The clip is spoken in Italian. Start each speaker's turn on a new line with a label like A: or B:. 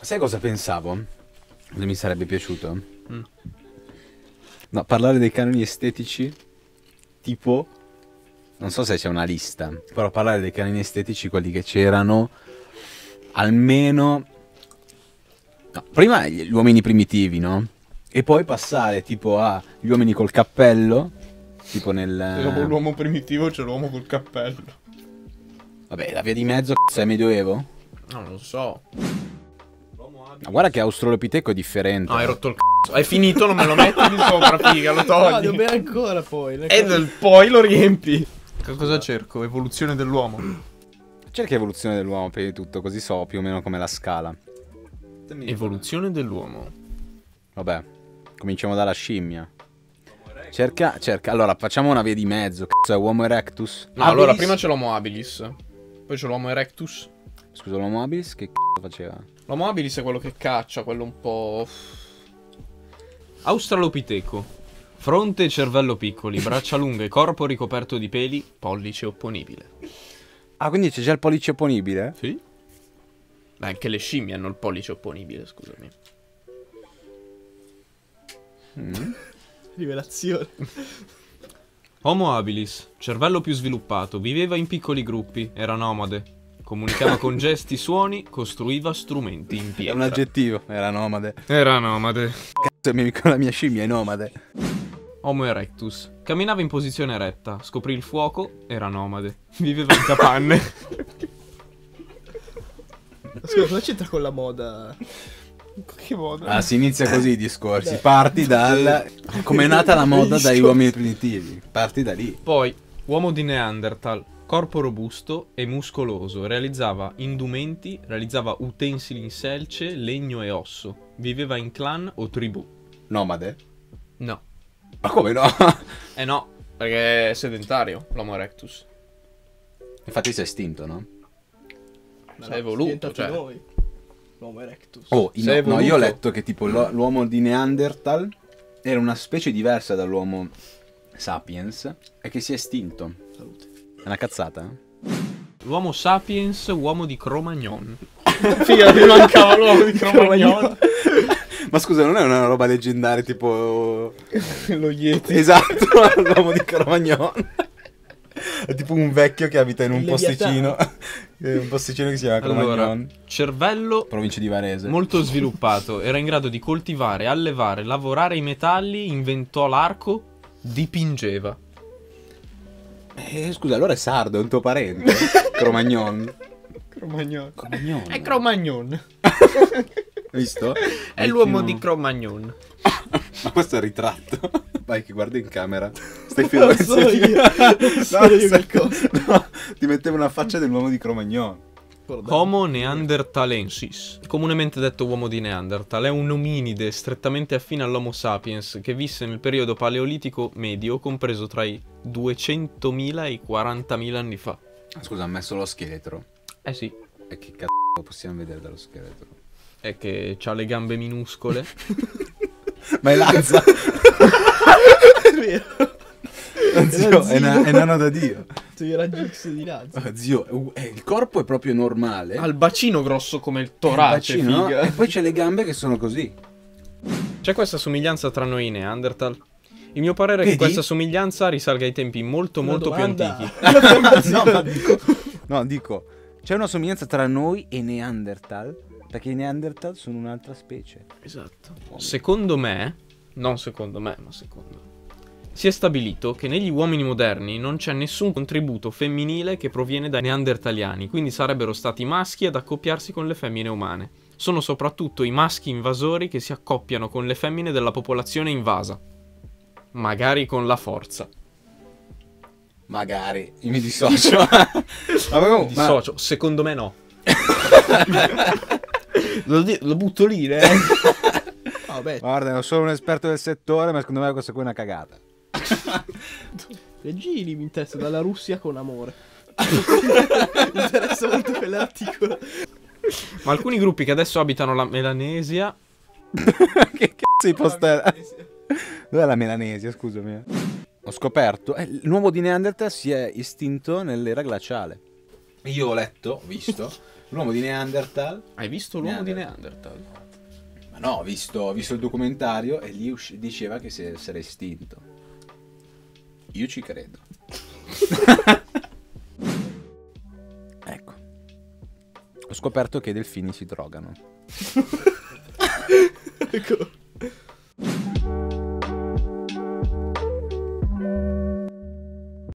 A: Sai cosa pensavo? Che mi sarebbe piaciuto? No, parlare dei canoni estetici, tipo... Non so se c'è una lista, però parlare dei canoni estetici, quelli che c'erano, almeno... no, prima gli gli uomini primitivi, no? E poi passare tipo a gli uomini col cappello, tipo
B: Eh.
C: E dopo
A: nel...
C: l'uomo primitivo c'è l'uomo col cappello.
A: Vabbè, la via di mezzo, c***o, è medioevo?
B: No, non lo so.
A: Ma guarda che Australopiteco è differente.
D: Ah,
B: No, hai rotto il c***o. Hai finito, non me lo metti di sopra, figa, lo
E: No,
B: togli.
E: devo bere ancora poi. le
B: E
E: cose-
B: del- poi lo riempi.
C: Che cosa cerco? Evoluzione dell'uomo.
A: Cerca evoluzione dell'uomo prima di tutto, così so più o meno come la scala.
B: Evoluzione dell'uomo.
A: Vabbè, cominciamo dalla scimmia. Cerca, cerca. Allora, facciamo una via di mezzo. Cazzo, è Uomo Erectus.
B: No, allora, prima c'è l'Homo habilis. Poi c'è l'Homo erectus.
A: Scusa, l'Homo Habilis che cazzo faceva?
B: L'Homo habilis è quello che caccia, quello un po'. Australopiteco. Fronte e cervello piccoli, braccia lunghe, corpo ricoperto di peli, pollice opponibile.
A: Ah, quindi c'è già il pollice opponibile?
B: Sì? Beh, anche le scimmie hanno il pollice opponibile, scusami.
D: Mm.
E: Rivelazione.
D: Homo habilis, cervello più sviluppato, viveva in piccoli gruppi, era nomade. Comunicava con gesti, suoni, costruiva strumenti in
A: È un
D: pietra.
A: aggettivo. Era nomade.
D: Era nomade.
A: Cazzo, il mio amico, la mia scimmia è nomade.
D: Homo erectus, camminava in posizione eretta, scoprì il fuoco, era nomade. Viveva in capanne.
E: Scusa, cosa c'entra con la moda?
C: Che modo?
A: Ah, si inizia così i discorsi. Parti dal. Come è nata la moda dai uomini primitivi. Parti da lì.
D: Poi, uomo di Neanderthal, corpo robusto e muscoloso, realizzava indumenti, realizzava utensili in selce, legno e osso. Viveva in clan o tribù.
A: Nomade?
B: No.
A: Ma come no?
B: Eh no, perché è sedentario l'Homo erectus.
A: Infatti si è estinto, no?
B: Sei evoluto,
E: diventati
B: cioè.
E: noi. L'uomo erectus.
A: Oh,
B: Se è
A: no, no, io ho
B: voluto.
A: letto che tipo l'o- l'uomo di Neanderthal era una specie diversa dall'uomo sapiens e che si è estinto.
E: Salute.
A: È una cazzata? eh?
D: L'uomo sapiens, uomo di Cro-Magnon.
B: Figa, mi mancava l'uomo di Cromagnon.
A: Ma scusa, non è una roba leggendaria tipo...
C: Lo Yeti.
A: Esatto, l'uomo di Cromagnon. È tipo un vecchio che abita in un
E: Il
A: posticino. eh, Un posticino che si chiama
D: Allora,
A: Cromagnon.
D: cervello
A: Provincia di Varese.
D: molto sviluppato, era in grado di coltivare, allevare, lavorare i metalli, inventò l'arco, dipingeva.
A: Eh, scusa, allora è sardo, è un tuo parente. Cromagnon.
C: Cromagnon.
A: Cromagnon.
B: È Cromagnon.
A: Visto?
B: È l'uomo di Cromagnon.
A: Ma questo è il ritratto. Vai che guardi in camera. Stai
E: Non
A: filmando.
E: lo so io. Non so
A: No,
E: io
A: stai-
E: qualcosa.
A: no, ti mettevo una faccia dell'uomo di Cromagnon.
E: Guarda.
D: Homo neanderthalensis, comunemente detto uomo di Neanderthal, è un ominide strettamente affine all'Homo sapiens che visse nel periodo paleolitico medio compreso tra i 200.000 e i 40.000 anni fa.
A: Scusa, ha messo lo scheletro.
D: Eh sì,
A: E che cazzo possiamo vedere dallo scheletro?
D: è che ha le gambe minuscole.
A: Ma è Lanza.
E: È vero.
A: zio, è,
E: Era zio.
A: na- è nano da Dio.
E: Sui raggi X di Lazio.
A: Oh, zio, è u- è- il corpo è proprio normale.
B: Ha il bacino grosso come il torace,
A: Il bacino,
B: figa.
A: E poi c'è le gambe che sono così.
D: C'è questa somiglianza tra noi e Neanderthal? Il mio parere è
A: Vedi?
D: che questa somiglianza risalga ai tempi molto
E: Una
D: molto più
E: domanda.
D: antichi.
A: no, ma dico, no, dico, c'è una somiglianza tra noi e Neanderthal. Perché i Neanderthal sono un'altra specie.
B: Esatto.
D: Secondo me, non secondo me, ma secondo si è stabilito che negli uomini moderni non c'è nessun contributo femminile che proviene dai neandertaliani, quindi sarebbero stati i maschi ad accoppiarsi con le femmine umane. Sono soprattutto i maschi invasori che si accoppiano con le femmine della popolazione invasa. Magari con la forza.
A: Magari, io mi dissocio. ma, proprio-
D: Di
A: ma-
D: socio, secondo me no.
B: Lo, di- lo butto lì, eh.
E: Ah, beh,
A: Guarda, non sono un esperto del settore, ma secondo me questa qui è una cagata.
E: Regini mi interessa dalla Russia con amore. mi interessa molto quell'articolo.
D: Ma alcuni gruppi che adesso abitano la Melanesia
A: che cazzo di posto è? Dov'è la Melanesia, scusami? eh. Ho scoperto, eh, l'uomo di Neanderthal si è estinto nell'era glaciale. Io ho letto, ho visto, L'uomo di Neanderthal.
D: Hai visto l'uomo di Neanderthal?
A: Ma no, ho visto, ho visto il documentario e lì usci- diceva che se- si era estinto. Io ci credo. ecco. Ho scoperto che i delfini si drogano.
E: Ecco.